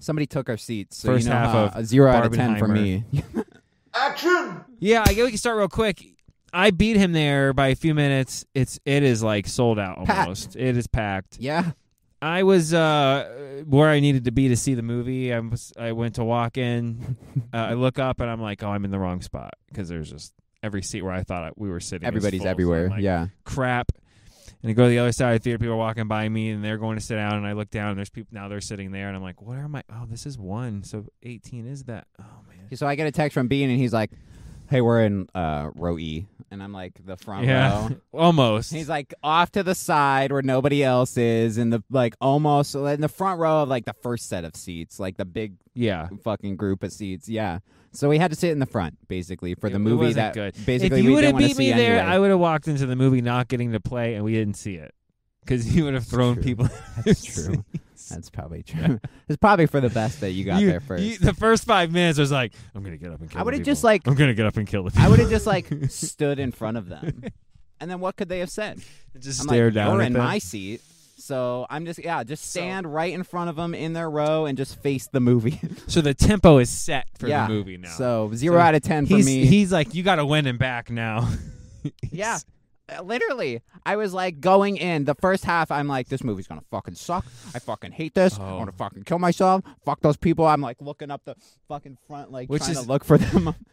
Somebody took our seats. So First you know half how- of a zero out of ten for Barbenheimer. me. Yeah, I guess we can start real quick. I beat him there by a few minutes. It's it is like sold out Packed. almost. It is packed. yeah. I was uh, where I needed to be to see the movie. I was I went to walk in. uh, I look up and I'm like, oh, I'm in the wrong spot because there's just every seat where I thought I- we were sitting. is Everybody's full, so I'm everywhere. like, yeah. crap. And I go to the other side of the theater. People are walking by me, and they're going to sit down. And I look down, and there's people now. They're sitting there, and I'm like, "What am I? Oh, this is one. So 18 is that? Oh man, So I get a text from Bean and he's like, "Hey, we're in uh, row E," and I'm like, "The front yeah, row." almost. He's like off to the side where nobody else is, in the like almost in the front row of like the first set of seats, like the big yeah, fucking group of seats. Yeah. So we had to sit in the front basically for It- the it movie that wasn't good. basically if you we would didn't have want beat to me see there, anyway. I would have walked into the movie not getting to play, and we didn't see it because you would have thrown true. people. That's true. That's probably true. it's probably for the best that you got You- there first. you- the first five minutes was like, I'm gonna get up and kill. I the would've people. just, like- I'm gonna get up and kill the. People. I would have just like stood in front of them, and then what could they have said? just I'm stared like, down you're at in them. my seat. So I'm just yeah, just stand right in front of them in their row and just face the movie. So the tempo is set for yeah. the movie now. So zero So out of ten for he's me. he's like, you got to win him back now. Yeah. Uh, Literally, I was like going in the first half. I'm like, this movie's gonna fucking suck. I fucking hate this. I Oh. want to fucking kill myself. Fuck those people. I'm like looking up the fucking front, like Which trying is- to look for them.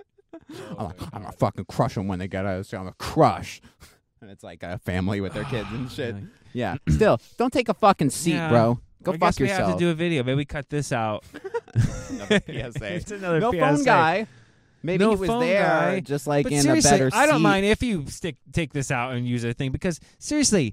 I'm like, I'm gonna Oh. fucking crush them when they get out. of the- I'm gonna crush. And it's like a family with their kids and shit. Yeah. Still, don't take a fucking seat, Yeah. bro. Go I fuck guess we have to yourself. do a video. Maybe we cut this out. Another PSA. It's another no PSA. phone guy. Maybe No he was phone there, guy. just like but in a seriously, better I don't seat. mind if you stick take this out and use a thing because seriously,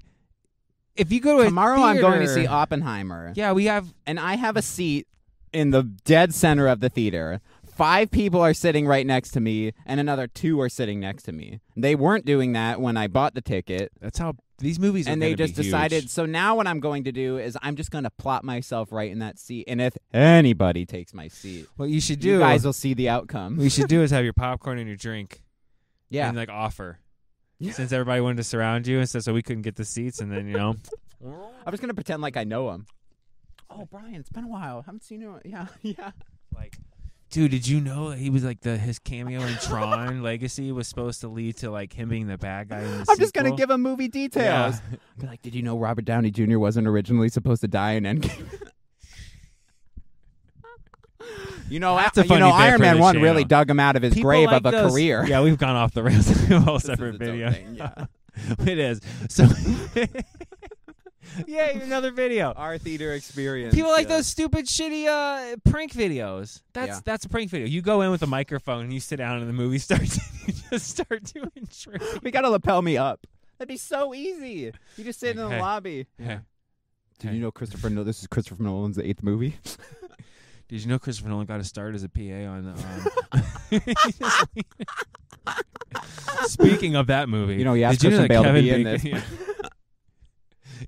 if you go to Tomorrow, a I'm going to see theater- Oppenheimer. yeah, we have and I have a seat in the dead center of the theater. Five people are sitting right next to me, and another two are sitting next to me. They weren't doing that when I bought the ticket, that's how these movies are and they gonna be just decided. huge. So now, what I'm going to do is I'm just going to plop myself right in that seat, and if anybody takes my seat, what you should do. you guys will see the outcome. we should do is have your popcorn and your drink Yeah, and like offer. Yeah. Since everybody wanted to surround you, and so, so we couldn't get the seats, and then you know, I'm just going to pretend like I know him. Oh, Brian, it's been a while. Haven't seen you. Yeah, yeah. like dude did you know that he was like the his cameo in tron legacy was supposed to lead to like him being the bad guy in the I'm just gonna sequel? give him movie details. Be like, did you know Robert Downey Jr. wasn't originally supposed to die in Endgame? you know, That's a you know, funny bit Iron for Man the one channel. really dug him out of his People grave like of a those- career. yeah we've gone off the rails we have a whole This is separate its own video thing, yeah. it is so yay another video Our theater experience. People like yeah. those stupid, shitty uh, prank videos. That's Yeah. that's a prank video. You go in with a microphone and you sit down, and the movie starts. you just start doing tricks. We gotta lapel me up. That'd be so easy. You just sit in the Hey. lobby. Hey, Did Hey. you know Christopher? No, this is Christopher Nolan's eighth movie. did you know Christopher Nolan got a start as a PA on? Um, Speaking of that movie, You know, he asked did you know Christian that Bale to Kevin be in Bacon- Yeah.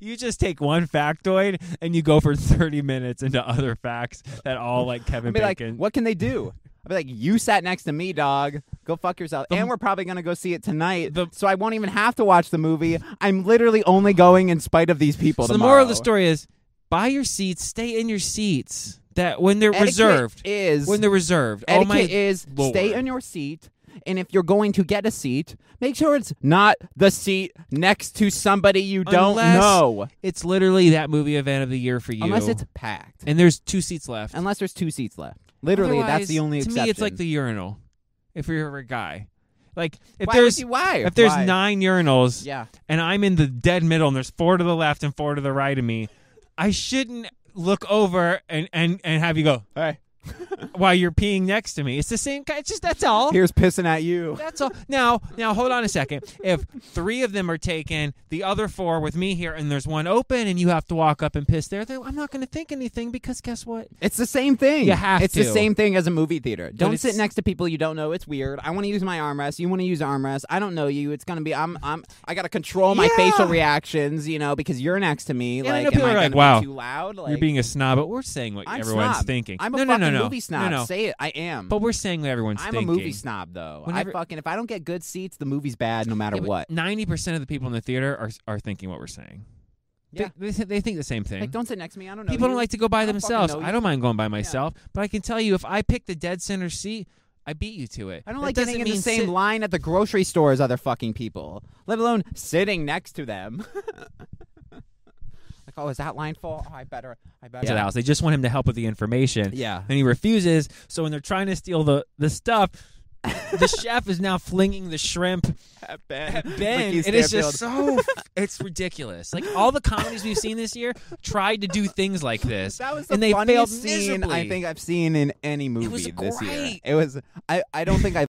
You just take one factoid and you go for thirty minutes into other facts that all like Kevin I'd be like, Bacon. what can they do? I'd be like, you sat next to me, dog. Go fuck yourself. and we're probably gonna go see it tonight, The- so I won't even have to watch the movie. I'm literally only going in spite of these people. so the tomorrow. moral of the story is: buy your seats, stay in your seats. That when they're Etiquette reserved, is when they're reserved. Oh etiquette my! is stay Lord. in your seat. And if you're going to get a seat, make sure it's not the seat next to somebody you don't Unless- know. it's literally that movie event of the year for you. Unless it's packed. and there's two seats left. Unless there's two seats left. Literally, that's Otherwise, the only to exception. me. It's like the urinal. If you're a guy, like if why would there's you- why? if there's Why? nine urinals, Yeah. and I'm in the dead middle, and there's four to the left and four to the right of me, I shouldn't look over and and and have you go All right. while you're peeing next to me. It's the same. ki- It's just that's all. Here's pissing at you. That's all. Now, now hold on a second. If three of them are taken, the other four with me here, and there's one open, and you have to walk up and piss there, then I'm not going to think anything because guess what? It's the same thing. You have it's to. the same thing as a movie theater. Don't sit it's- next to people you don't know. It's weird. I want to use my armrest. You want to use armrest. I don't know you. It's gonna be. I'm. I'm. I gotta control my Yeah. facial reactions. You know, because you're next to me. Yeah, I know like, am people I are like, gonna "Wow, be too loud? Like, You're being a snob, but we're saying what I'm everyone's snob. thinking. I'm a no, no, fucking no, no, movie snob. No, no. Say it. I am. but we're saying what everyone's I'm thinking. a movie snob though. Whenever- I fucking if I don't get good seats, the movie's bad no matter what. Ninety percent of the people in the theater are are thinking what we're saying. Yeah. They, they, th- they think the same thing. Like, don't sit next to me. I don't know. mm-hmm. People you. don't like to go by I don't fucking themselves. know you. I don't mind going by myself, but I can tell you if I pick the dead center seat, I beat you to it. I don't That like doesn't getting in the mean same sit- line at the grocery store as other fucking people, let alone sitting next to them. like, oh, is that line full? Oh, I better, I better. to the house. They just want him to help with the information. Yeah. and he refuses. So when they're trying to steal the the stuff, the chef is now flinging the shrimp At Ben. at Ben. Ricky it is Stanfield. just so it's ridiculous. Like all the comedies we've seen this year tried to do things like this, That was the and they failed funniest scene I miserably. think I've seen in any movie was this year. great. It was. I, I don't think I've